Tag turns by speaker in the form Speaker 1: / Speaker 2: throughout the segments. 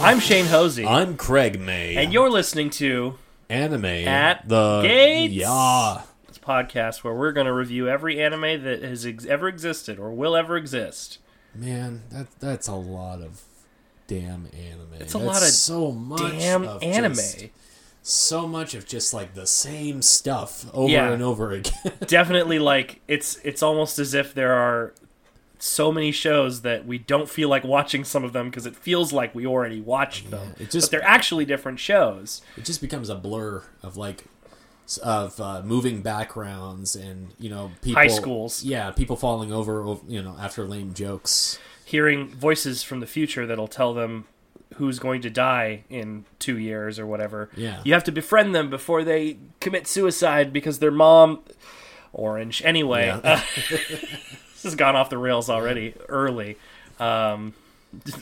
Speaker 1: I'm Shane Hosey,
Speaker 2: I'm Craig May.
Speaker 1: and you're listening to
Speaker 2: anime
Speaker 1: At
Speaker 2: the
Speaker 1: Gates.
Speaker 2: Yeah.
Speaker 1: this podcast where we're going to review every anime that has ex- ever existed or will ever exist.
Speaker 2: Man, that that's a lot of damn anime. It's
Speaker 1: a lot of
Speaker 2: so much
Speaker 1: Damn
Speaker 2: of
Speaker 1: anime.
Speaker 2: just- so much of just like the same stuff over
Speaker 1: Yeah.
Speaker 2: and over again.
Speaker 1: Definitely like it's it's almost as if there are so many shows that we don't feel like watching some of them because it feels like we already watched them.
Speaker 2: it just-
Speaker 1: but they're actually different shows.
Speaker 2: it just becomes a blur of like s- of uh, moving backgrounds and you know people
Speaker 1: High schools.
Speaker 2: Yeah, people falling over, ov- you know, after lame jokes.
Speaker 1: Hearing voices from the future that'll tell them who's going to die in 2 years or whatever.
Speaker 2: Yeah.
Speaker 1: You have to befriend them before they commit suicide because their mom orange anyway.
Speaker 2: Yeah.
Speaker 1: uh, this has gone off the rails already early. Um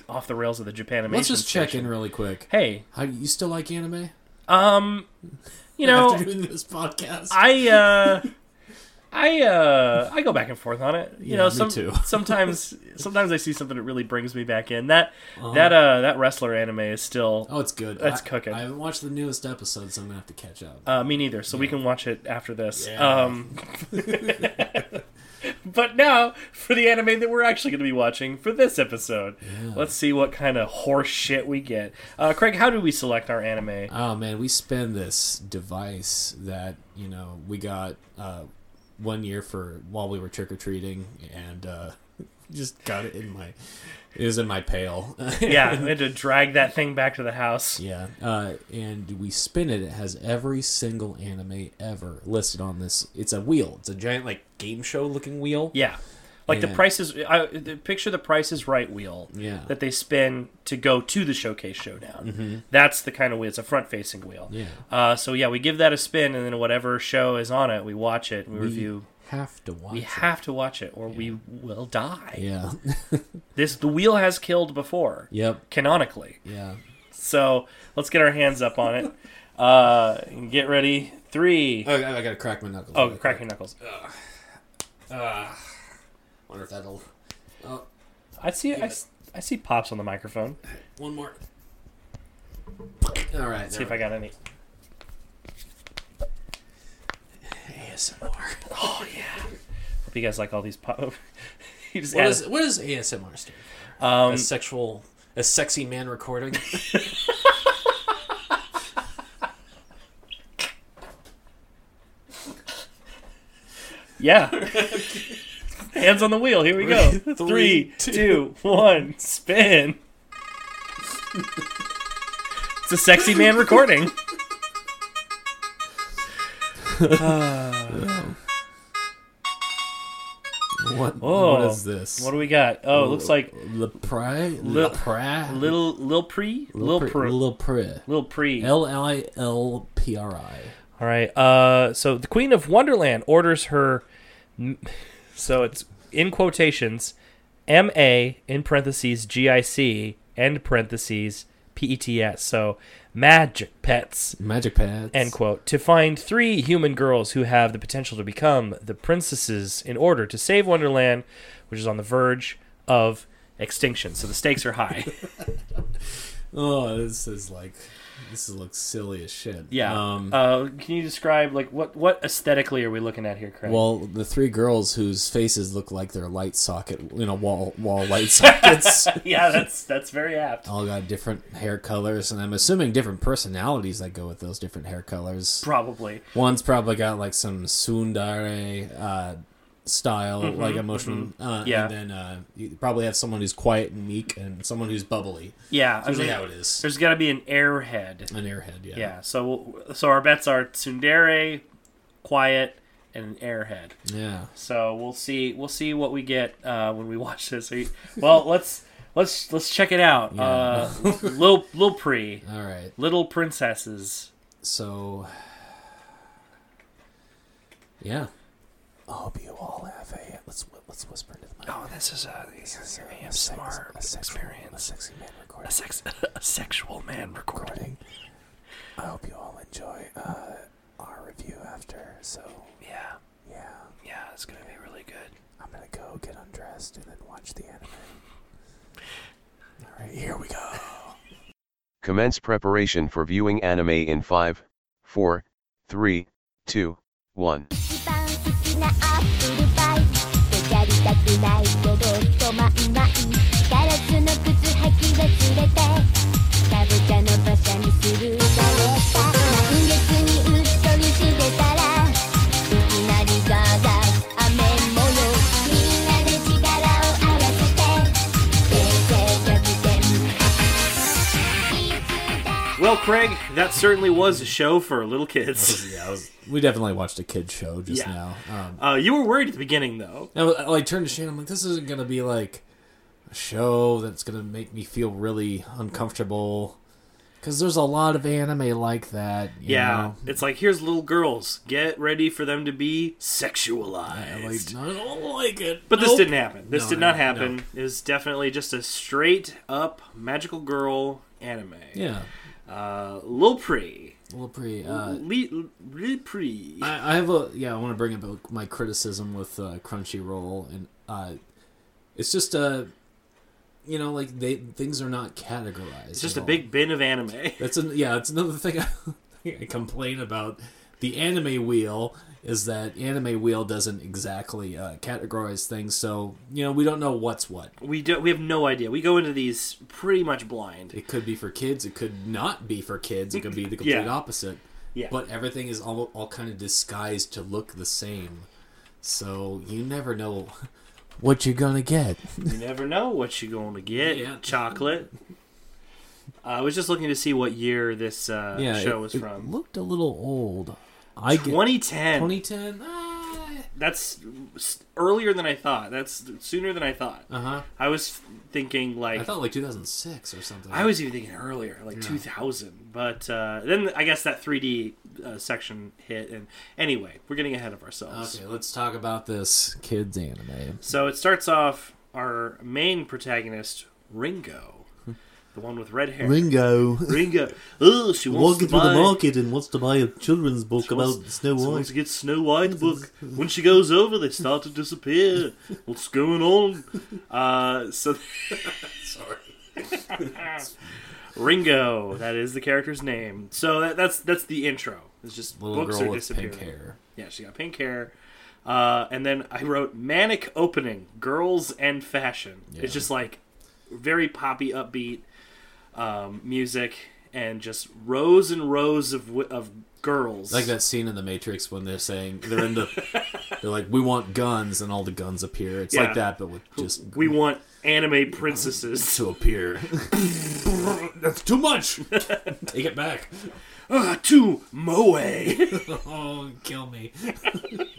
Speaker 1: off the rails of the Japan animation.
Speaker 2: Let's just check in really quick.
Speaker 1: Hey,
Speaker 2: How you still like anime?
Speaker 1: you know,
Speaker 2: after doing this podcast.
Speaker 1: I uh I uh I go back and forth on it. You
Speaker 2: Yeah,
Speaker 1: know,
Speaker 2: me
Speaker 1: some,
Speaker 2: too.
Speaker 1: sometimes sometimes I see something that really brings me back in. That
Speaker 2: Uh-huh.
Speaker 1: that uh that wrestler anime is still
Speaker 2: Oh, it's good.
Speaker 1: That's
Speaker 2: I,
Speaker 1: cooking.
Speaker 2: I haven't watched the newest episode, so I'm gonna have to catch up.
Speaker 1: Uh, me neither. So we can watch it after this.
Speaker 2: Yeah.
Speaker 1: Um, but now for the anime that we're actually going to be watching for this episode, let's see what kind of horse shit we get. Uh, Craig, how do we select our anime?
Speaker 2: Oh man, we spend this device that you know we got uh, one year for while we were trick or treating, and uh, just got it in my it was in my pail.
Speaker 1: yeah, we had to drag that thing back to the house.
Speaker 2: yeah. Uh, and we spin it. It has every single anime ever listed on this. It's a wheel. It's a giant like game show looking wheel.
Speaker 1: Yeah. Like the
Speaker 2: Yeah.
Speaker 1: prices, I, the, picture the Price is Right wheel
Speaker 2: Yeah.
Speaker 1: that they spin to go to the showcase showdown. That's the kind of wheel. It's a front-facing wheel.
Speaker 2: Mm-hmm. Yeah.
Speaker 1: Uh, so yeah, we give that a spin, and then whatever show is on it, we watch it and we review.
Speaker 2: Have to watch.
Speaker 1: We have to watch it, or we will die.
Speaker 2: it. Yeah.
Speaker 1: This the wheel has killed before,
Speaker 2: yep.
Speaker 1: canonically.
Speaker 2: Yeah.
Speaker 1: So let's get our hands up on it. Uh, and get ready. Three.
Speaker 2: Oh, I, I gotta crack my knuckles.
Speaker 1: oh,
Speaker 2: really
Speaker 1: crack
Speaker 2: quick.
Speaker 1: your knuckles.
Speaker 2: Ah. Wonder if that'll. Oh,
Speaker 1: I see. I, s- I see pops on the microphone.
Speaker 2: one more. All right.
Speaker 1: See if I got any.
Speaker 2: ASMR.
Speaker 1: Oh yeah. Hope you guys like all these pop. you just
Speaker 2: What
Speaker 1: added-
Speaker 2: is what does ASMR stand for?
Speaker 1: Um,
Speaker 2: a sexual, a sexy man recording.
Speaker 1: yeah. Hands on the wheel. Here we go. Three,
Speaker 2: Three,
Speaker 1: two, one, spin. it's a sexy man recording.
Speaker 2: what?
Speaker 1: Oh.
Speaker 2: what is this?
Speaker 1: What do we got? Oh, it looks like
Speaker 2: Le Pri.
Speaker 1: Lil-
Speaker 2: Le Pri.
Speaker 1: Little Lil Pre, Lil Pre,
Speaker 2: Le Pri.
Speaker 1: Lil Pre.
Speaker 2: L I L P R I.
Speaker 1: All right. Uh, so the Queen of Wonderland orders her. So it's in quotations, M A in parentheses G I C end parentheses P E T S. So magic pets.
Speaker 2: Magic pads.
Speaker 1: End quote. To find three human girls who have the potential to become the princesses in order to save Wonderland, which is on the verge of extinction. So the stakes are high.
Speaker 2: Oh, this is like, this looks silly as shit.
Speaker 1: yeah.
Speaker 2: Um,
Speaker 1: uh, can you describe like what what aesthetically are we looking at here, Craig?
Speaker 2: Well, the three girls whose faces look like their light socket, you know, wall wall light sockets,
Speaker 1: yeah, that's that's very apt.
Speaker 2: all got different hair colors, and I'm assuming different personalities that go with those different hair colors.
Speaker 1: Probably.
Speaker 2: One's probably got like some sundare uh, style, like emotion. Uh,
Speaker 1: Mm-hmm, Yeah.
Speaker 2: And then uh, you probably have someone who's quiet and meek, and someone who's bubbly.
Speaker 1: Yeah, I
Speaker 2: Usually
Speaker 1: mean,
Speaker 2: how it is.
Speaker 1: there's got to be an airhead.
Speaker 2: An airhead, yeah.
Speaker 1: Yeah, so so our bets are tsundere, quiet, and an airhead.
Speaker 2: Yeah.
Speaker 1: So we'll see we'll see what we get uh, when we watch this. Are you- Well, let's let's let's check it out. Uh, Lil Lil Pre,
Speaker 2: All right.
Speaker 1: Little Princesses.
Speaker 2: So. Yeah. I hope you all have a. Let's let's whisper into the mic.
Speaker 1: Oh, this is a this is an ASMR
Speaker 2: a
Speaker 1: experience.
Speaker 2: sexy man recording.
Speaker 1: sex a sexual man recording.
Speaker 2: I hope you all enjoy uh, our review after. So
Speaker 1: Yeah,
Speaker 2: yeah,
Speaker 1: yeah, it's gonna be really good.
Speaker 2: I'm gonna go get undressed and then watch the anime. All right, here we go.
Speaker 3: Commence preparation for viewing anime in 5, 4, 3, 2, 1.
Speaker 4: 一番好きなアップルパイ」「でやりたくないけど止まんない」「ガラスの靴履き忘れて」「かぼちゃの馬車にするされた」「満月にうっとりしてたら」「いきなりザーザー雨模様」「みんなで力を合わせて」「平成キャプテン」
Speaker 1: Well, Craig, that certainly was a show for little kids.
Speaker 2: Oh, Yeah, I was, we definitely watched a kid show just
Speaker 1: Yeah.
Speaker 2: now. Um,
Speaker 1: Uh, you were worried at the beginning, though.
Speaker 2: I, was- I, like turned to Shane. I'm like, this isn't gonna be like a show that's gonna make me feel really uncomfortable because there's a lot of anime like that. you
Speaker 1: Yeah,
Speaker 2: know?
Speaker 1: it's like here's little girls. Get ready for them to be
Speaker 2: I'm
Speaker 1: sexualized.
Speaker 2: like, "No, I don't like it.
Speaker 1: But this
Speaker 2: Nope."
Speaker 1: didn't happen. This
Speaker 2: No,
Speaker 1: did
Speaker 2: no,
Speaker 1: not
Speaker 2: no.
Speaker 1: happen. It was definitely just a straight up magical girl anime.
Speaker 2: Yeah,
Speaker 1: Uh, Lilpri.
Speaker 2: well, pretty. Uh,
Speaker 1: Li- Lilpri.
Speaker 2: I, I have a yeah. I want to bring up my criticism with uh, Crunchyroll, and uh, it's just uh, you know, like they things are not categorized.
Speaker 1: It's just
Speaker 2: at
Speaker 1: a
Speaker 2: all.
Speaker 1: big bin of anime.
Speaker 2: That's an, yeah. That's another thing I, I complain about. The anime wheel is that anime wheel doesn't exactly uh, categorize things, so you know we don't know what's what.
Speaker 1: We do. We have no idea. We go into these pretty much blind.
Speaker 2: It could be for kids. It could not be for kids. It could be the complete
Speaker 1: Yeah.
Speaker 2: opposite.
Speaker 1: Yeah.
Speaker 2: But everything is all, all kind of disguised to look the same. So you never know what you're going to get.
Speaker 1: You never know what you're going to get.
Speaker 2: Yeah.
Speaker 1: Chocolate. Uh, I was just looking to see what year this uh, show
Speaker 2: it,
Speaker 1: was
Speaker 2: it
Speaker 1: from.
Speaker 2: looked a little old. I get
Speaker 1: 2010.
Speaker 2: 2010. Ah.
Speaker 1: That's s- earlier than I thought. That's sooner than I thought.
Speaker 2: Uh-huh.
Speaker 1: I was thinking like
Speaker 2: I
Speaker 1: I,
Speaker 2: thought like 2006 or something.
Speaker 1: was even thinking earlier, like 2000. But uh, then I guess that 3D uh, section hit. And anyway, we're getting ahead of ourselves.
Speaker 2: Okay, let's talk about this kids anime.
Speaker 1: So it starts off our main protagonist, Ringo, the one with red hair.
Speaker 2: Hmm. Ringo.
Speaker 1: Ringo. Oh, she wants to buy.
Speaker 2: and wants to buy a children's book
Speaker 1: she wants- she wants to get Snow White book. When she goes over, they start to disappear. What's going on? Uh, so
Speaker 2: Sorry.
Speaker 1: Ringo, that is the character's name. So that, that's that's the intro. It's just
Speaker 2: Little
Speaker 1: books
Speaker 2: girl
Speaker 1: are
Speaker 2: with
Speaker 1: disappearing.
Speaker 2: pink hair.
Speaker 1: Yeah, she got pink hair. Uh, and then I wrote manic opening, girls and fashion.
Speaker 2: Yeah.
Speaker 1: It's just like very poppy, upbeat um, music, and just rows and rows of wi- of girls.
Speaker 2: Like that scene in The Matrix when they're saying they're in the they're like we want guns and all the guns appear. It's
Speaker 1: Yeah.
Speaker 2: like that, but with just
Speaker 1: We want anime princesses.
Speaker 2: to appear. That's too much. Take it back.
Speaker 1: Ah, to moe.
Speaker 2: Oh, kill me.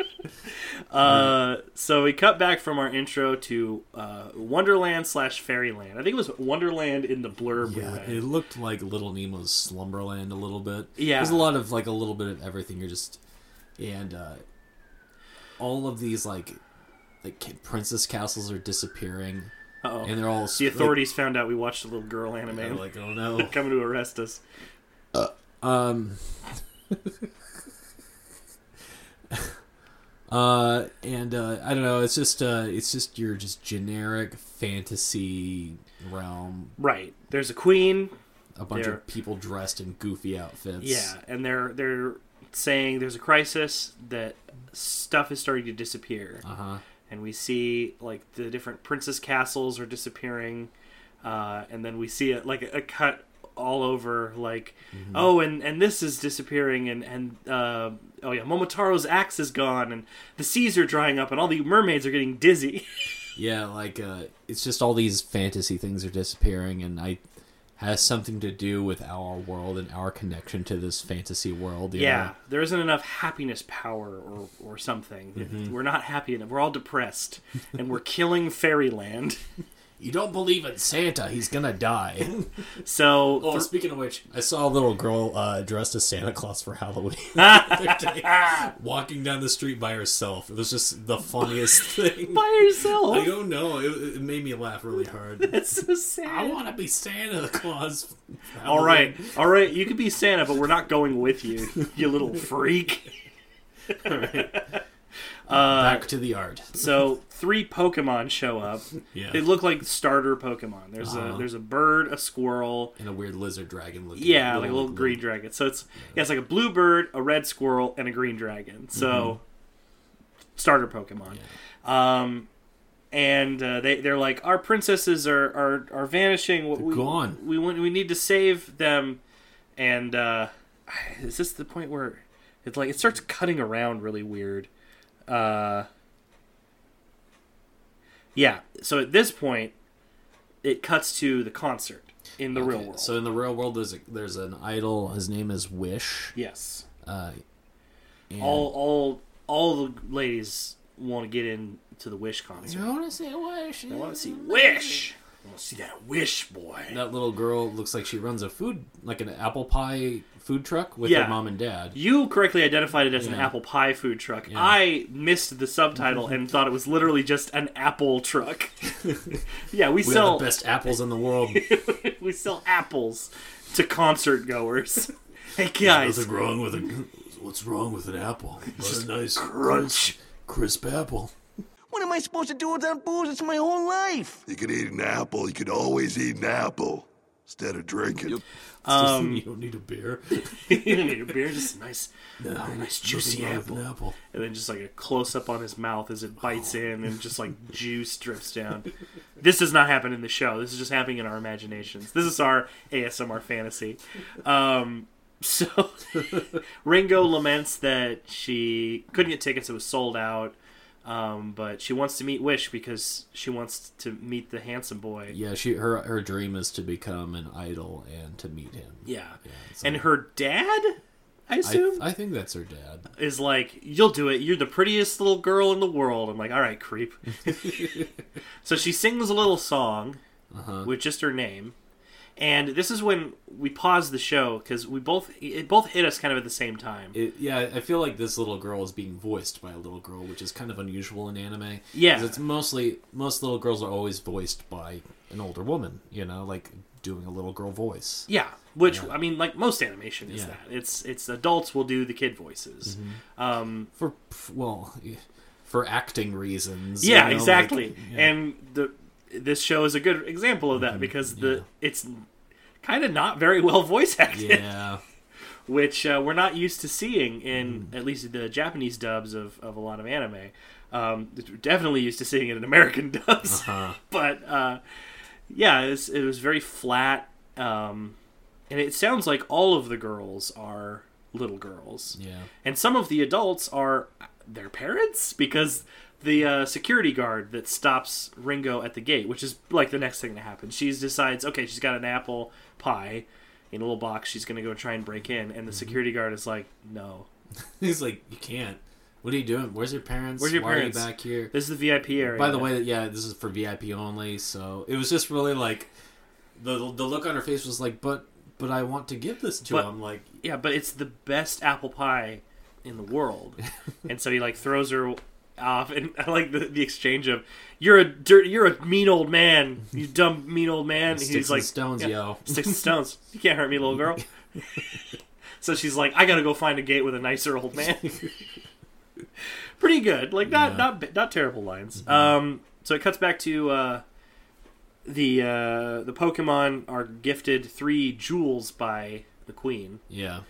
Speaker 1: uh, so we cut back from our intro to uh, Wonderland slash Fairyland. I think it was Wonderland in the blurb. we
Speaker 2: Yeah,
Speaker 1: read.
Speaker 2: it looked like Little Nemo's Slumberland a little bit.
Speaker 1: Yeah.
Speaker 2: there's a lot of like a little bit of everything. You're just and uh, all of these like like kid- princess castles are disappearing,
Speaker 1: Uh-oh.
Speaker 2: and they're all
Speaker 1: The authorities found out we watched a little girl anime.
Speaker 2: Like, like oh no.
Speaker 1: coming to arrest us.
Speaker 2: Um. uh, and uh, I don't know. It's just uh, it's just your just generic fantasy realm.
Speaker 1: Right. There's a queen.
Speaker 2: A bunch
Speaker 1: There.
Speaker 2: of people dressed in goofy outfits.
Speaker 1: Yeah, and they're they're saying there's a crisis that stuff is starting to disappear,
Speaker 2: Uh huh.
Speaker 1: and we see like the different princess castles are disappearing, uh, and then we see it like a cut all over like oh and and this is disappearing and and uh, oh yeah momotaro's axe is gone and the seas are drying up and all the mermaids are getting dizzy
Speaker 2: Yeah, like uh, it's just all these fantasy things are disappearing, and I has something to do with our world and our connection to this fantasy world. you
Speaker 1: yeah
Speaker 2: know?
Speaker 1: there isn't enough happiness power or, or something we're not happy enough we're all depressed and we're killing fairyland
Speaker 2: you don't believe in Santa? He's gonna die.
Speaker 1: so
Speaker 2: Oh,
Speaker 1: th-
Speaker 2: speaking of which, I saw a little girl uh, dressed as Santa Claus for Halloween the other day, walking down the street by herself. It was just the funniest thing.
Speaker 1: by yourself
Speaker 2: I don't know. It, it made me laugh really hard.
Speaker 1: that's so
Speaker 2: I
Speaker 1: sad
Speaker 2: want to be Santa Claus. for
Speaker 1: all
Speaker 2: Halloween.
Speaker 1: right all right you could be santa but we're not going with you you little freak Uh,
Speaker 2: Back to the art.
Speaker 1: so three Pokemon show up.
Speaker 2: Yeah.
Speaker 1: They look like starter Pokemon. There's a
Speaker 2: Uh-huh.
Speaker 1: there's a bird, a squirrel,
Speaker 2: And a weird lizard dragon looking.
Speaker 1: yeah, like a little green dragon. So it's yeah, it's like a blue bird, a red squirrel, and a green dragon. So
Speaker 2: Mm-hmm.
Speaker 1: starter Pokemon. Um, and uh, they they're like our princesses are are, are vanishing. What we,
Speaker 2: gone.
Speaker 1: We want we need to save them. And uh, is this the point where it's like it starts cutting around really weird? Uh, yeah. So at this point, it cuts to the concert in the real
Speaker 2: Okay,
Speaker 1: world.
Speaker 2: So in the real world, there's a, there's an idol. His name is Wish.
Speaker 1: yes.
Speaker 2: Uh, and
Speaker 1: all all all the ladies want to get into the Wish concert.
Speaker 2: I want to say Wish.
Speaker 1: I want to see Wish. I want to see that Wish boy.
Speaker 2: That little girl looks like she runs a food, like an apple pie food truck with
Speaker 1: Yeah.
Speaker 2: her mom and dad.
Speaker 1: You correctly identified it as an
Speaker 2: Yeah.
Speaker 1: apple pie food truck. I missed the subtitle and thought it was literally just an apple truck. yeah, we,
Speaker 2: We
Speaker 1: sell
Speaker 2: have the best apples in the world.
Speaker 1: we sell apples to concert goers. hey guys,
Speaker 2: wrong with a, what's wrong with an apple? It's just nice
Speaker 1: crunch.
Speaker 2: crisp apple.
Speaker 5: What am I supposed to do without booze? It's my whole life.
Speaker 6: You could eat an apple. You could always eat an apple instead of drinking.
Speaker 2: you don't need a beer.
Speaker 1: you don't need a beer, just a nice, nice juicy apple.
Speaker 2: An apple.
Speaker 1: and then just like a close up on his mouth as it bites in and just like juice drips down. This does not happen in the show. This is just happening in our imaginations. This is our ASMR fantasy. Um, so Ringo laments that she couldn't get tickets; it was sold out. Um, but she wants to meet Wish because she wants to meet the handsome boy.
Speaker 2: Yeah, she her her dream is to become an idol and to meet him.
Speaker 1: Yeah,
Speaker 2: it's
Speaker 1: and
Speaker 2: like-
Speaker 1: her dad, I
Speaker 2: I,
Speaker 1: assume,
Speaker 2: I think that's her dad.
Speaker 1: is like, "You'll do it. You're the prettiest little girl in the world." I'm like, "All right, creep." so she sings a little song
Speaker 2: Uh-huh.
Speaker 1: with just her name, and this is when we pause the show because we both it both hit us kind of at the same time.
Speaker 2: It, yeah, I feel like this little girl is being voiced by a little girl, which is kind of unusual in anime.
Speaker 1: Yeah.
Speaker 2: 'Cause it's mostly most little girls are always voiced by an older woman. You know, like doing a little girl voice.
Speaker 1: yeah, which I mean, like most animation is
Speaker 2: Yeah. Mm-hmm.
Speaker 1: that it's it's adults will do the kid voices. Um,
Speaker 2: for well for acting reasons you
Speaker 1: yeah,
Speaker 2: know,
Speaker 1: exactly.
Speaker 2: like-
Speaker 1: And the this show is a good example of that
Speaker 2: Mm-hmm.
Speaker 1: because the it's kind of not very well voice acted.
Speaker 2: yeah
Speaker 1: which uh, we're not used to seeing in at least the Japanese dubs of, of a lot of anime. Um, we're definitely used to seeing it in American dubs, but uh, yeah, it was, it was very flat, um, and it sounds like all of the girls are little girls,
Speaker 2: yeah
Speaker 1: and some of the adults are their parents because the uh, security guard that stops Ringo at the gate, which is like the next thing that happens, she decides, okay, she's got an apple pie in a little box. She's gonna go try and break in,
Speaker 2: Mm-hmm.
Speaker 1: and the security guard is like, no,
Speaker 2: he's like you can't what are you doing where's your parents
Speaker 1: Where's your
Speaker 2: Why
Speaker 1: parents?"
Speaker 2: are you back here
Speaker 1: this is the VIP area.
Speaker 2: by the way yeah this is for vip only so it was just really like the the look on her face was like but but i want to give this to
Speaker 1: But-
Speaker 2: him like
Speaker 1: yeah, but it's the best apple pie in the world, and so he like throws her off, and I like the, the exchange of, you're a dirt, you're a mean old man, you dumb mean old man. And
Speaker 2: sticks
Speaker 1: he's
Speaker 2: and
Speaker 1: like
Speaker 2: stones
Speaker 1: yeah.
Speaker 2: yo
Speaker 1: sticks and stones. You can't hurt me, little girl. so she's like, I gotta go find a gate with a nicer old man. Pretty good, like not not ba- not terrible lines. Um, so it cuts back to uh, the uh, the Pokemon are gifted three jewels by the queen,
Speaker 2: yeah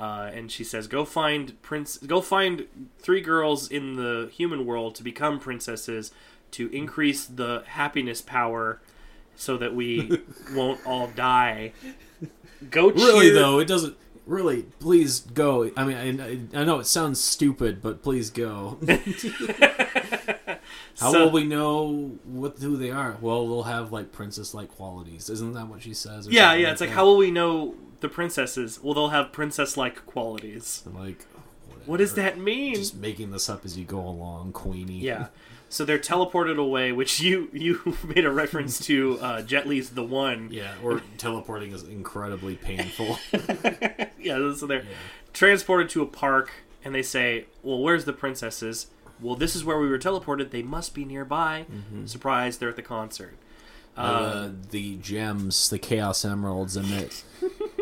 Speaker 1: uh, and she says, "Go find prince. Go find three girls in the human world to become princesses, to increase the happiness power, so that we won't all die." Go cheer.
Speaker 2: really though it doesn't really please go i mean i, I know it sounds stupid but please go how
Speaker 1: So-
Speaker 2: will we know what who they are well they'll have like princess like qualities isn't that what she says or
Speaker 1: Yeah,
Speaker 2: something
Speaker 1: yeah. It's like,
Speaker 2: that?
Speaker 1: how will we know the princesses? Well, they'll have princess-like qualities.
Speaker 2: I'm like
Speaker 1: What does that mean?
Speaker 2: just making this up as you go along queenie
Speaker 1: Yeah. So they're teleported away, which you you made a reference to uh, Jet Li's The One.
Speaker 2: yeah or teleporting is incredibly painful Uh,
Speaker 1: yeah, so they're transported to a park, and they say, "Well, where's the princesses?" Well, this is where we were teleported. They must be nearby.
Speaker 2: Mm-hmm.
Speaker 1: Surprise! They're at the concert.
Speaker 2: uh, the gems the chaos emeralds emit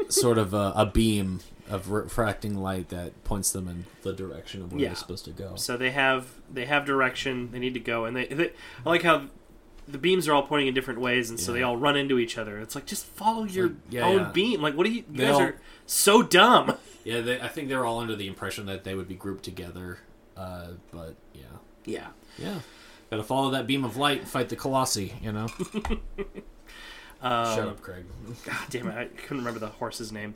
Speaker 2: sort of a, a beam of refracting light that points them in the direction of where
Speaker 1: Yeah.
Speaker 2: they're supposed to go.
Speaker 1: So they have they have direction. They need to go, and they, they I like how the beams are all pointing in different ways, and so
Speaker 2: Yeah.
Speaker 1: they all run into each other. It's like just follow your
Speaker 2: like, yeah,
Speaker 1: own
Speaker 2: yeah.
Speaker 1: beam. Like what are you? You
Speaker 2: They
Speaker 1: guys
Speaker 2: all-
Speaker 1: are so dumb.
Speaker 2: Yeah, they, I think they're all under the impression that they would be grouped together. Uh, but yeah,
Speaker 1: Yeah.
Speaker 2: yeah, gotta follow that beam of light and fight the colossi. You know. Shut up, Craig.
Speaker 1: Um, God damn it! I couldn't remember the horse's name.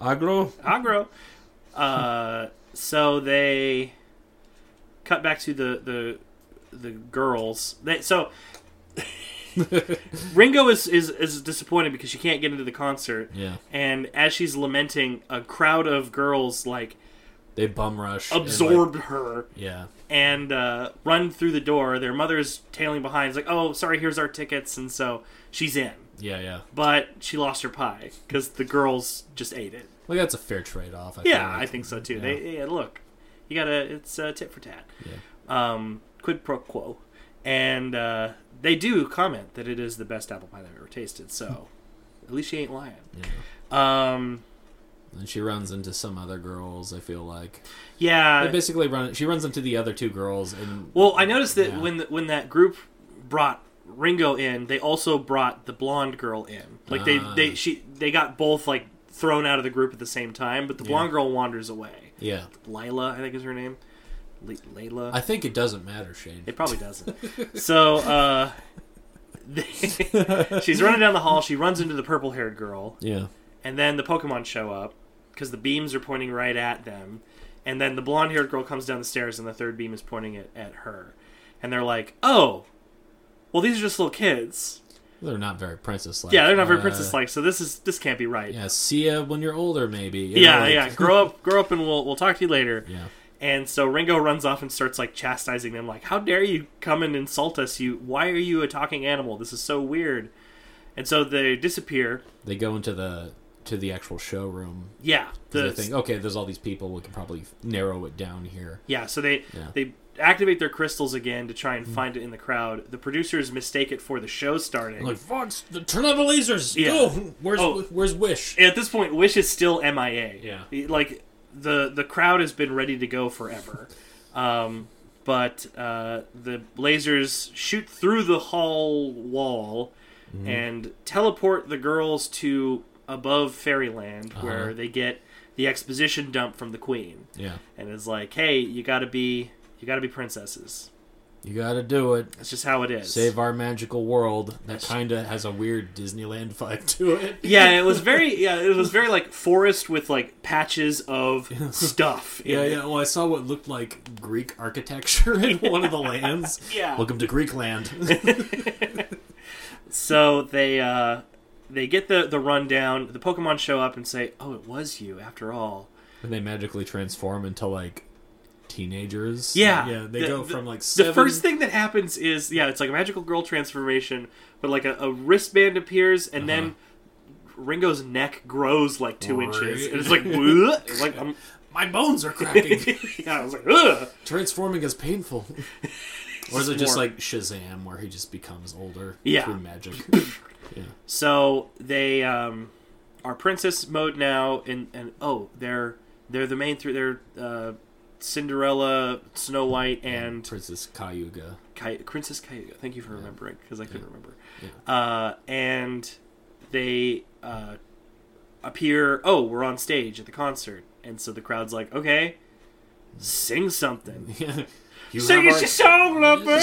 Speaker 7: Agro.
Speaker 1: Agro. Uh, so they cut back to the the the girls. They, so Ringo is, is is disappointed because she can't get into the concert.
Speaker 2: Yeah,
Speaker 1: And as she's lamenting, a crowd of girls like
Speaker 2: they bum rush. and, like-
Speaker 1: absorb her
Speaker 2: yeah,
Speaker 1: and uh, run through the door. Their mother's tailing behind. It's like, oh, sorry, here's our tickets, and so she's in.
Speaker 2: yeah, yeah.
Speaker 1: But she lost her pie because the girls just ate it.
Speaker 2: Well, that's a fair trade-off. I
Speaker 1: Yeah,
Speaker 2: think.
Speaker 1: I think so too. They yeah, look, you gotta it's uh, tit for tat, um, quid pro quo, and uh, they do comment that it is the best apple pie they've ever tasted. So
Speaker 2: Hmm.
Speaker 1: at least she ain't lying. Um,
Speaker 2: And she runs into some other girls. I feel like
Speaker 1: yeah.
Speaker 2: they basically run. She runs into the other two girls, and
Speaker 1: well, I noticed that
Speaker 2: Yeah.
Speaker 1: when the, when that group brought Ringo in, they also brought the blonde girl in. Like they
Speaker 2: Ah.
Speaker 1: they she they got both like thrown out of the group at the same time, but the blonde girl wanders away.
Speaker 2: yeah,
Speaker 1: Lila, I think is her name. Le- Layla.
Speaker 2: I think it doesn't matter, Shane.
Speaker 1: It probably doesn't. so uh, she's running down the hall. She runs into the purple-haired girl,
Speaker 2: yeah,
Speaker 1: and then the Pokemon show up because the beams are pointing right at them. And then the blonde-haired girl comes down the stairs, and the third beam is pointing at, at her. And they're like, "Oh, well, these are just little kids.
Speaker 2: they're not very princess-like.
Speaker 1: Yeah, they're not very
Speaker 2: Uh,
Speaker 1: princess-like. So this is this can't be right.
Speaker 2: Yeah, see ya when you're older, maybe. you know,
Speaker 1: yeah,
Speaker 2: like-
Speaker 1: yeah. grow up, grow up, and we'll we'll talk to you later."
Speaker 2: yeah.
Speaker 1: And so Ringo runs off and starts like chastising them, like, "How dare you come and insult us? You, why are you a talking animal? This is so weird." And so they disappear.
Speaker 2: They go into the to the actual showroom.
Speaker 1: Yeah,
Speaker 2: 'cause
Speaker 1: the-
Speaker 2: they think, okay, there's all these people. We can probably narrow it down here.
Speaker 1: yeah. So they
Speaker 2: Yeah.
Speaker 1: they activate their crystals again to try and find it in the crowd. The producers mistake it for the show starting.
Speaker 2: Like Fox, the, turn on the lasers.
Speaker 1: Yeah.
Speaker 2: Go. Where's
Speaker 1: Oh.
Speaker 2: Where's Wish?
Speaker 1: at this point, Wish is still MIA.
Speaker 2: Yeah.
Speaker 1: He- like the the crowd has been ready to go forever, um, but uh, the lasers shoot through the hall wall
Speaker 2: Mm-hmm.
Speaker 1: and teleport the girls to above Fairyland,
Speaker 2: Uh-huh.
Speaker 1: where they get the exposition dump from the Queen,
Speaker 2: Yeah,
Speaker 1: and is like, "Hey, you got to be you got to be princesses.
Speaker 2: you gotta do it.
Speaker 1: That's just how it is."
Speaker 2: Save our magical world. That kind of has a weird Disneyland vibe to it.
Speaker 1: yeah, it was very yeah, it was very like forest with like patches of stuff. in
Speaker 2: Yeah,
Speaker 1: it.
Speaker 2: yeah. Well, I saw what looked like Greek architecture in one of the lands.
Speaker 1: Yeah.
Speaker 2: Welcome to Greek land.
Speaker 1: So they uh, they get the the rundown. The Pokemon show up and say, "Oh, it was you after all."
Speaker 2: and they magically transform into like teenagers.
Speaker 1: Yeah,
Speaker 2: yeah. They
Speaker 1: the-
Speaker 2: go
Speaker 1: the-
Speaker 2: from like seven.
Speaker 1: the first thing that happens is yeah, it's like a magical girl transformation, but like a, a wristband appears and then. Ringo's neck grows like two
Speaker 2: Uh-huh. Right.
Speaker 1: inches, and it's like, "Whoa." it's like, I'm,
Speaker 2: My bones are cracking.
Speaker 1: yeah, I was like, Ugh.
Speaker 2: Transforming is painful. or is it just
Speaker 1: more-
Speaker 2: like Shazam, where he just becomes older
Speaker 1: Yeah.
Speaker 2: through magic?
Speaker 1: So they um, are princess mode now, and, and oh, they're they're the main three. They're uh, Cinderella, Snow White, and
Speaker 2: Princess Cayuga.
Speaker 1: Ki- Princess Cayuga. Thank you for remembering because I couldn't remember. Uh, and they uh, appear. Oh, we're on stage at the concert, and so the crowd's like, "Okay, sing something,
Speaker 2: You
Speaker 1: sing
Speaker 2: have
Speaker 1: us
Speaker 2: our-
Speaker 1: your song, lover,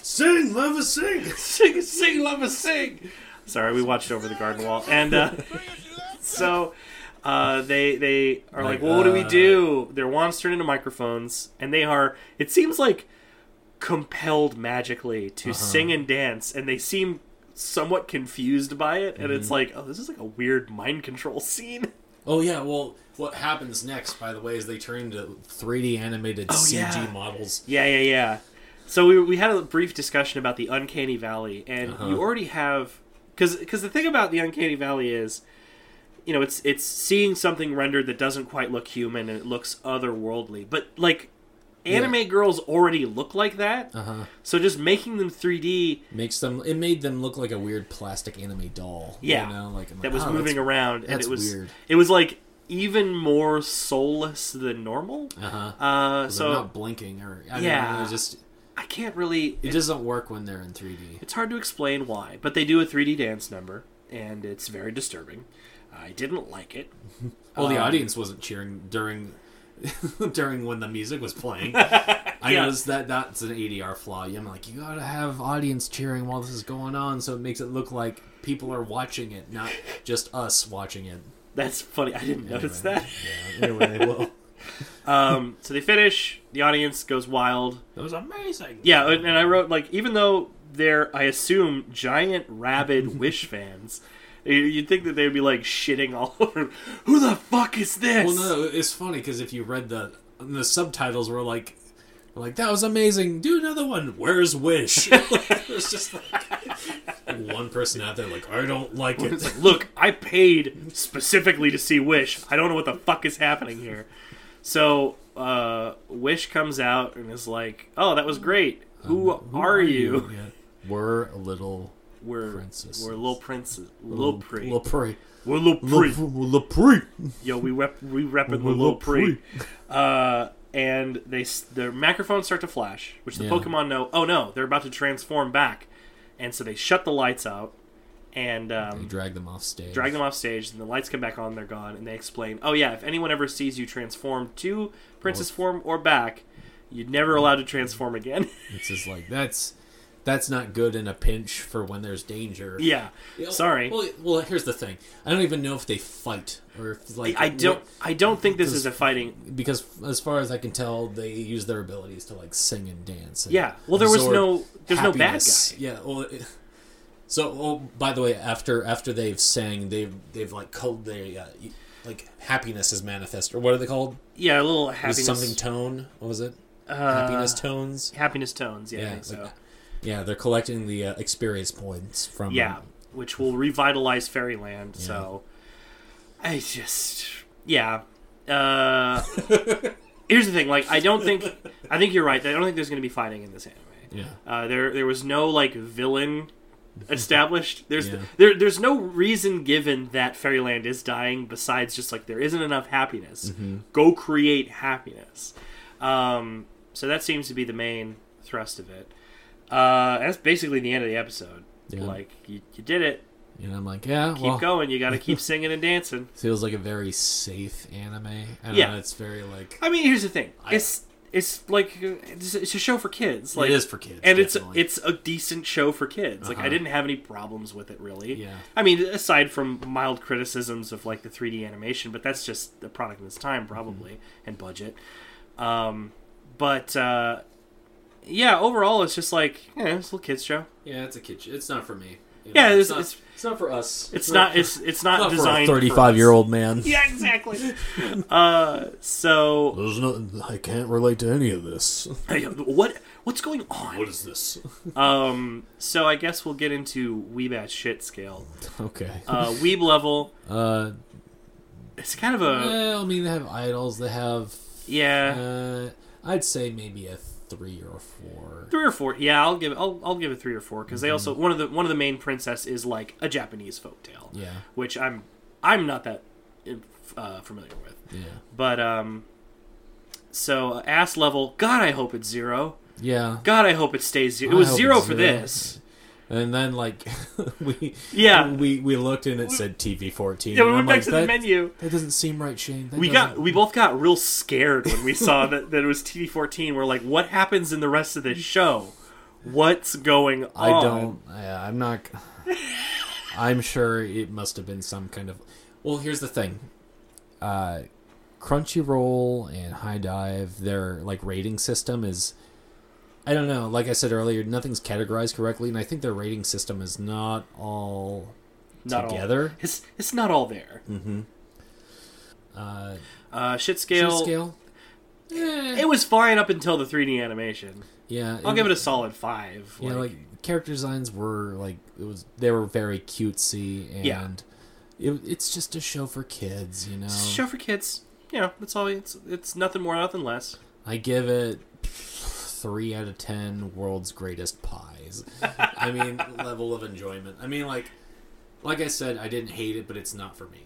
Speaker 2: Sing, lover, sing.
Speaker 1: sing, sing, lover, sing." Sorry, we watched over the garden wall, and uh, so. Uh, they they are like,
Speaker 2: Like,
Speaker 1: well, what do we
Speaker 2: uh,
Speaker 1: do? Their wands turn into microphones, and they are. It seems like compelled magically to
Speaker 2: Uh-huh.
Speaker 1: sing and dance, and they seem somewhat confused by it. And
Speaker 2: Mm-hmm.
Speaker 1: it's like, oh, this is like a weird mind control scene.
Speaker 2: Oh yeah. Well, what happens next, by the way, is they turn into 3D animated CG
Speaker 1: Oh, yeah.
Speaker 2: models.
Speaker 1: Yeah, yeah, yeah. So we, we had a brief discussion about the Uncanny Valley, and
Speaker 2: Uh-huh.
Speaker 1: you already have because because the thing about the Uncanny Valley is, you know, it's it's seeing something rendered that doesn't quite look human and it looks otherworldly, but like Anime girls already look like that,
Speaker 2: Uh-huh.
Speaker 1: so just making them 3D
Speaker 2: Makes them. It made them look like a weird plastic anime doll.
Speaker 1: Yeah,
Speaker 2: You know, like I'm
Speaker 1: that
Speaker 2: like,
Speaker 1: was
Speaker 2: "Oh,
Speaker 1: moving
Speaker 2: that's-
Speaker 1: around, and
Speaker 2: that's
Speaker 1: it was
Speaker 2: weird.
Speaker 1: it was like even more soulless than normal.
Speaker 2: Uh-huh.
Speaker 1: Uh, so
Speaker 2: so not blinking or I
Speaker 1: Yeah.
Speaker 2: mean, it just
Speaker 1: I can't really.
Speaker 2: it
Speaker 1: it-
Speaker 2: doesn't work when they're in 3D.
Speaker 1: it's hard to explain why, but they do a 3D dance number, and it's very disturbing. I didn't like it.
Speaker 2: Well, um, the audience wasn't cheering during during when the music was playing. I
Speaker 1: Yeah.
Speaker 2: noticed that that's an ADR flaw. I'm like, you gotta have audience cheering while this is going on, so it makes it look like people are watching it, not just us watching it.
Speaker 1: That's funny. I didn't notice that.
Speaker 2: Yeah, anyway, well,
Speaker 1: Um, so they finish. The audience goes wild.
Speaker 2: that was amazing.
Speaker 1: Yeah, and and I wrote like even though they're I assume giant rabid Wish fans, you- you'd think that they'd be like shitting all over. Who the fuck is this?
Speaker 2: Well, no, it's funny because if you read the the subtitles were like, were like that was amazing. Do another one. Where's Wish? it's just like one person out there like, I don't like it.
Speaker 1: It's like, look, I paid specifically to see Wish. I don't know what the fuck is happening here. So uh, Wish comes out and is like, "Oh, that was great. Um, Who, are, you?
Speaker 2: Yeah. We're a little
Speaker 1: We're
Speaker 2: Princesses.
Speaker 1: we're little princes, little pre,
Speaker 2: little pre,
Speaker 1: we're little pre.
Speaker 2: little, little pre.
Speaker 1: Yo, we rep we repping the
Speaker 2: Little
Speaker 1: little pre. Uh, and they s- their microphones start to flash, which the
Speaker 2: Yeah.
Speaker 1: Pokemon know. Oh no, they're about to transform back, and so they shut the lights out. And um,
Speaker 2: Drag them off stage.
Speaker 1: drag them off stage, and the lights come back on, they're gone, and they explain, oh yeah, if anyone ever sees you transform to princess form or back, you're never allowed to transform again.
Speaker 2: It's just like that's that's not good in a pinch for when there's danger.
Speaker 1: yeah,
Speaker 2: Yeah,
Speaker 1: sorry.
Speaker 2: Well, well, here's the thing. I don't even know if they fight or if like
Speaker 1: I don't. I don't think this is a fighting.
Speaker 2: because as far as I can tell, they use their abilities to like sing and dance. And
Speaker 1: Yeah. Well, there was
Speaker 2: absorb
Speaker 1: no- there's no bad guy.
Speaker 2: Yeah. Well, it, so oh, by the way, after after they've sang, they've they've like called their uh, like happiness is manifest or what are they called?
Speaker 1: Yeah, a little
Speaker 2: It was
Speaker 1: happiness. Uh,
Speaker 2: something tone. What was it? happiness tones.
Speaker 1: happiness tones. Yeah, I think
Speaker 2: like-
Speaker 1: so.
Speaker 2: yeah, they're collecting the uh, experience points from.
Speaker 1: Yeah, which will revitalize Fairyland. So, I just yeah. Uh, here's the thing. Like, I don't think. I think you're right. I don't think there's going to be fighting in this anime.
Speaker 2: Yeah.
Speaker 1: Uh, there, there was no like villain established. There's
Speaker 2: Yeah.
Speaker 1: there, there's no reason given that Fairyland is dying besides just like there isn't enough happiness.
Speaker 2: Mm-hmm.
Speaker 1: Go create happiness. Um, so that seems to be the main thrust of it. Uh, that's basically the end of the episode.
Speaker 2: Yeah.
Speaker 1: Like you, you did it.
Speaker 2: And I'm like, yeah,
Speaker 1: Keep
Speaker 2: well,
Speaker 1: going. You got to keep singing and dancing.
Speaker 2: feels like a very safe anime. I don't
Speaker 1: Yeah.
Speaker 2: know, it's very like
Speaker 1: I mean, here's the thing. It's it's like it's, it's a show for kids. Like
Speaker 2: it is for kids,
Speaker 1: and
Speaker 2: definitely. Uh-huh.
Speaker 1: it's it's a decent show for kids. Like I didn't have any problems with it really.
Speaker 2: Yeah.
Speaker 1: I mean, aside from mild criticisms of like the 3D animation, but that's just the product of its time
Speaker 2: Mm-hmm.
Speaker 1: probably and budget. Um, but uh, yeah, overall, it's just like yeah, it's a little kids show.
Speaker 2: yeah, it's a kid. It's not for me. You
Speaker 1: Yeah,
Speaker 2: know,
Speaker 1: it's-
Speaker 2: not,
Speaker 1: it's-
Speaker 2: not for us.
Speaker 1: It's not it's it's not,
Speaker 2: not for a
Speaker 1: designed for us.
Speaker 2: 35 year old man.
Speaker 1: Yeah, exactly. uh, so
Speaker 2: There's no, I can't relate to any of this.
Speaker 1: hey, what what's going on?
Speaker 2: What is this?
Speaker 1: Um, so I guess we'll get into Weeb at shit scale.
Speaker 2: Okay.
Speaker 1: Uh, Weeb level,
Speaker 2: Uh,
Speaker 1: it's kind of a
Speaker 2: well, I mean, they have idols. They have.
Speaker 1: yeah
Speaker 2: Uh, I'd say maybe a three or four.
Speaker 1: three or four. Yeah, I'll give I'll, I'll give it three or four because they also one of the one of the main princess is like a Japanese folktale.
Speaker 2: Mm-hmm. Yeah.
Speaker 1: which I'm I'm not that uh, familiar with,
Speaker 2: Yeah.
Speaker 1: but um, so ass level. God, I hope it's zero.
Speaker 2: Yeah.
Speaker 1: God, I hope it stays zero. It
Speaker 2: I
Speaker 1: was
Speaker 2: hope
Speaker 1: zero
Speaker 2: it's
Speaker 1: for
Speaker 2: zero.
Speaker 1: this.
Speaker 2: And then like we
Speaker 1: Yeah.
Speaker 2: we we looked and it said TV fourteen.
Speaker 1: Yeah, we
Speaker 2: and
Speaker 1: went
Speaker 2: I'm
Speaker 1: back
Speaker 2: like,
Speaker 1: to the
Speaker 2: that, Uh.
Speaker 1: menu.
Speaker 2: That doesn't seem right, Shane. That
Speaker 1: We
Speaker 2: doesn't-
Speaker 1: got we both got real scared when we saw that, that it was TV fourteen. We're like, what happens in the rest of this show? What's going on?
Speaker 2: I don't. Yeah, I'm not. I'm sure it must have been some kind of. Well, here's the thing. Uh, Crunchyroll and High Dive, their like rating system is. I don't know. Like I said earlier, nothing's categorized correctly, and I think their rating system is not all
Speaker 1: Not all-
Speaker 2: together. Mm-hmm.
Speaker 1: it's it's not all there.
Speaker 2: Uh,
Speaker 1: Uh, shit
Speaker 2: scale.
Speaker 1: scale.
Speaker 2: scale. Eh.
Speaker 1: It was fine up until the three D animation.
Speaker 2: yeah,
Speaker 1: I'll
Speaker 2: it-
Speaker 1: give it a solid five.
Speaker 2: Yeah, like, character designs were like it was they were very cutesy and
Speaker 1: Yeah.
Speaker 2: it, it's just a show for kids, you know.
Speaker 1: it's a show for kids. You know, that's all. It's it's nothing more, nothing less.
Speaker 2: I give it three out of ten world's greatest pies. I mean, level of enjoyment. I mean, like, like I said, I didn't hate it, but it's not for me.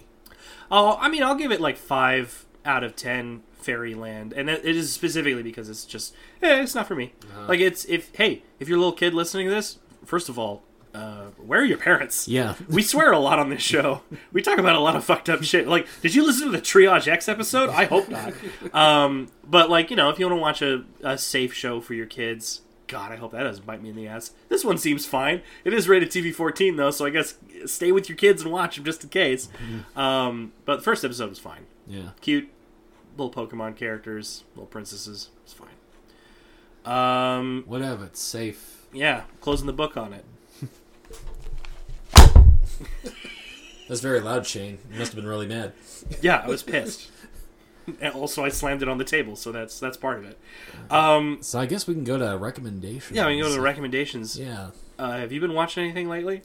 Speaker 1: Oh, I mean, I'll give it like five out of ten. Fairyland, and it it is specifically because it's just, eh, it's not for me. Like it's if hey, if you're a little kid listening to this, first of all, uh, where are your parents?
Speaker 2: Yeah.
Speaker 1: we swear a lot on this show. We talk about a lot of fucked up shit. Like, did you listen to the Triage X episode? I hope not. Um, but like, you know, if you want to watch a, a safe show for your kids, God, I hope that doesn't bite me in the ass. This one seems fine. It is rated TV fourteen though, so I guess stay with your kids and watch them just in case. Um, but the first episode was fine.
Speaker 2: Yeah.
Speaker 1: Cute little Pokemon characters, little princesses. It's fine. Um,
Speaker 2: Whatever. It's safe.
Speaker 1: yeah, closing the book on it.
Speaker 2: That's very loud, Shane. You must have been really mad.
Speaker 1: Yeah, I was pissed. and also, I slammed it on the table, so that's that's part of it. Um,
Speaker 2: So I guess we can go to recommendations.
Speaker 1: yeah, we can go to the recommendations.
Speaker 2: Yeah.
Speaker 1: Uh, have you been watching anything lately?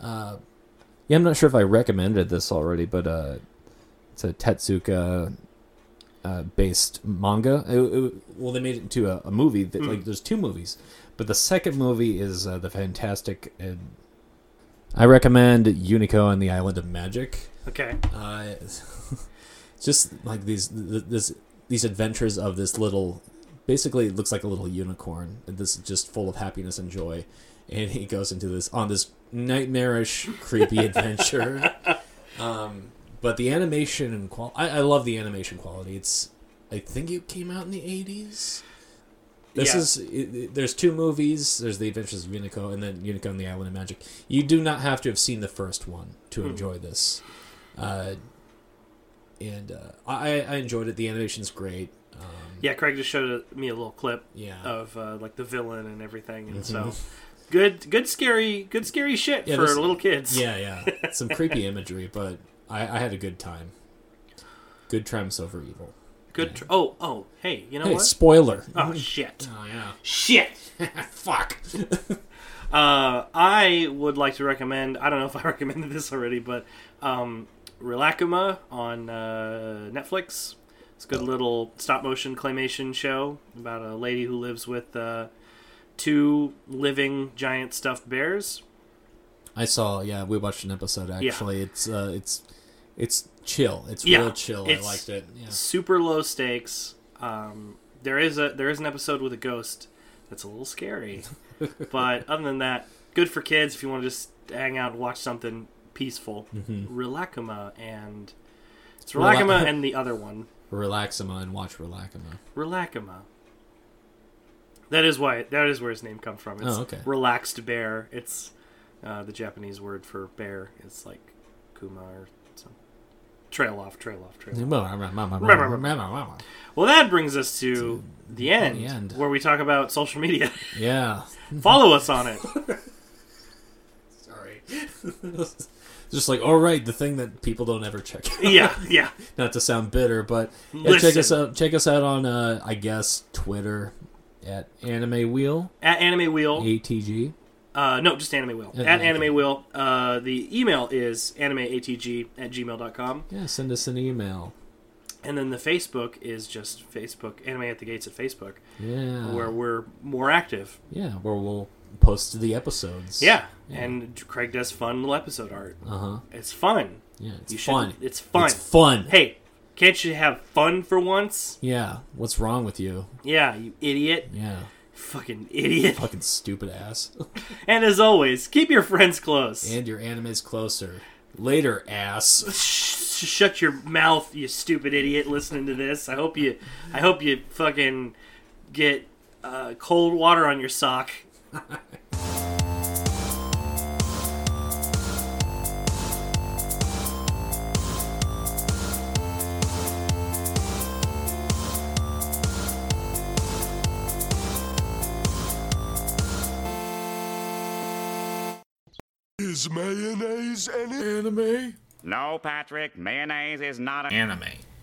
Speaker 2: Yeah, I'm not sure if I recommended this already, but uh, it's a Tetsuka uh, based manga. It- it- well, they made it into a, a movie. That, Like, there's two movies, but the second movie is uh, the fantastic. And I recommend Unico and the Island of Magic.
Speaker 1: Okay.
Speaker 2: Uh, just like these, th- this, these adventures of this little. Basically, it looks like a little unicorn. This is just full of happiness and joy, and he goes into this on this nightmarish, creepy adventure. um, but the animation and qual I, I love the animation quality. It's, I think it came out in the eighties. This
Speaker 1: Yeah.
Speaker 2: is it, it- there's two movies. There's the Adventures of Unico and then Unico and the Island of Magic. You do not have to have seen the first one to enjoy this. Uh, and uh, I, I enjoyed it. The animation's great. Um,
Speaker 1: Yeah, Craig just showed a, me a little clip
Speaker 2: yeah, Mm-hmm.
Speaker 1: of uh, like the villain and everything, and so good, good scary, good scary shit
Speaker 2: Yeah,
Speaker 1: for
Speaker 2: this-
Speaker 1: little kids.
Speaker 2: yeah, yeah. Some creepy imagery, but I, I had a good time. Good triumphs over evil.
Speaker 1: Good. Tr- oh, oh, hey, you know
Speaker 2: Hey,
Speaker 1: what?
Speaker 2: spoiler!
Speaker 1: oh shit.
Speaker 2: Oh, yeah.
Speaker 1: Shit.
Speaker 2: Fuck.
Speaker 1: Uh, I would like to recommend. I don't know if I recommended this already, but um, Relacuma on uh, Netflix. It's a good little stop motion claymation show about a lady who lives with uh, two living giant stuffed bears.
Speaker 2: I saw. Yeah, we watched an episode. Actually, it's uh, it's it's chill. It's
Speaker 1: Yeah,
Speaker 2: real chill. I
Speaker 1: it's-
Speaker 2: liked it. Yeah.
Speaker 1: Super low stakes. Um, there is a there is an episode with a ghost that's a little scary, but other than that, good for kids if you want to just hang out and watch something peaceful. Relacuma and it's
Speaker 2: Mm-hmm. Rela-
Speaker 1: Relacuma and the other one.
Speaker 2: Relaxima and watch Relaxima.
Speaker 1: Relacuma. That is why that is where his name comes from. It's
Speaker 2: Oh, okay.
Speaker 1: relaxed bear. It's uh, the Japanese word for bear. It's like kuma or something. Trail off, trail off, trail off. Well, that brings us to the end,
Speaker 2: the end.
Speaker 1: where we talk about social media.
Speaker 2: Yeah.
Speaker 1: Follow us on it.
Speaker 2: Sorry. Just like, all right, the thing that people don't ever check.
Speaker 1: Yeah, yeah.
Speaker 2: Not to sound bitter, but yeah, check
Speaker 1: Listen.
Speaker 2: us out. Check us out on, uh, I guess, Twitter at Anime Wheel
Speaker 1: At Anime Wheel.
Speaker 2: ATG.
Speaker 1: Uh, no, just Anime Wheel.
Speaker 2: Yeah,
Speaker 1: At
Speaker 2: okay.
Speaker 1: Anime Wheel. Uh, the email is animeatg at gmail.com.
Speaker 2: Yeah, send us an email.
Speaker 1: And then the Facebook is just Facebook, Anime at the Gates at Facebook,
Speaker 2: Yeah,
Speaker 1: where we're more active.
Speaker 2: yeah, where we'll post the episodes.
Speaker 1: Yeah. And Craig does fun little episode art.
Speaker 2: Uh huh.
Speaker 1: It's fun.
Speaker 2: Yeah, it's
Speaker 1: You
Speaker 2: fun.
Speaker 1: shouldn't- it's fun.
Speaker 2: It's fun.
Speaker 1: Hey, can't you have fun for once?
Speaker 2: Yeah. What's wrong with you?
Speaker 1: Yeah, you idiot.
Speaker 2: Yeah.
Speaker 1: Fucking idiot.
Speaker 2: Fucking stupid ass.
Speaker 1: And as always, keep your friends close.
Speaker 2: and your anime's closer. Later, ass.
Speaker 1: Sh- shut your mouth, you stupid idiot! Listening to this, I hope you, I hope you fucking get uh, cold water on your sock.
Speaker 6: Is mayonnaise an anime?
Speaker 7: No, Patrick, mayonnaise is not an
Speaker 2: Anime.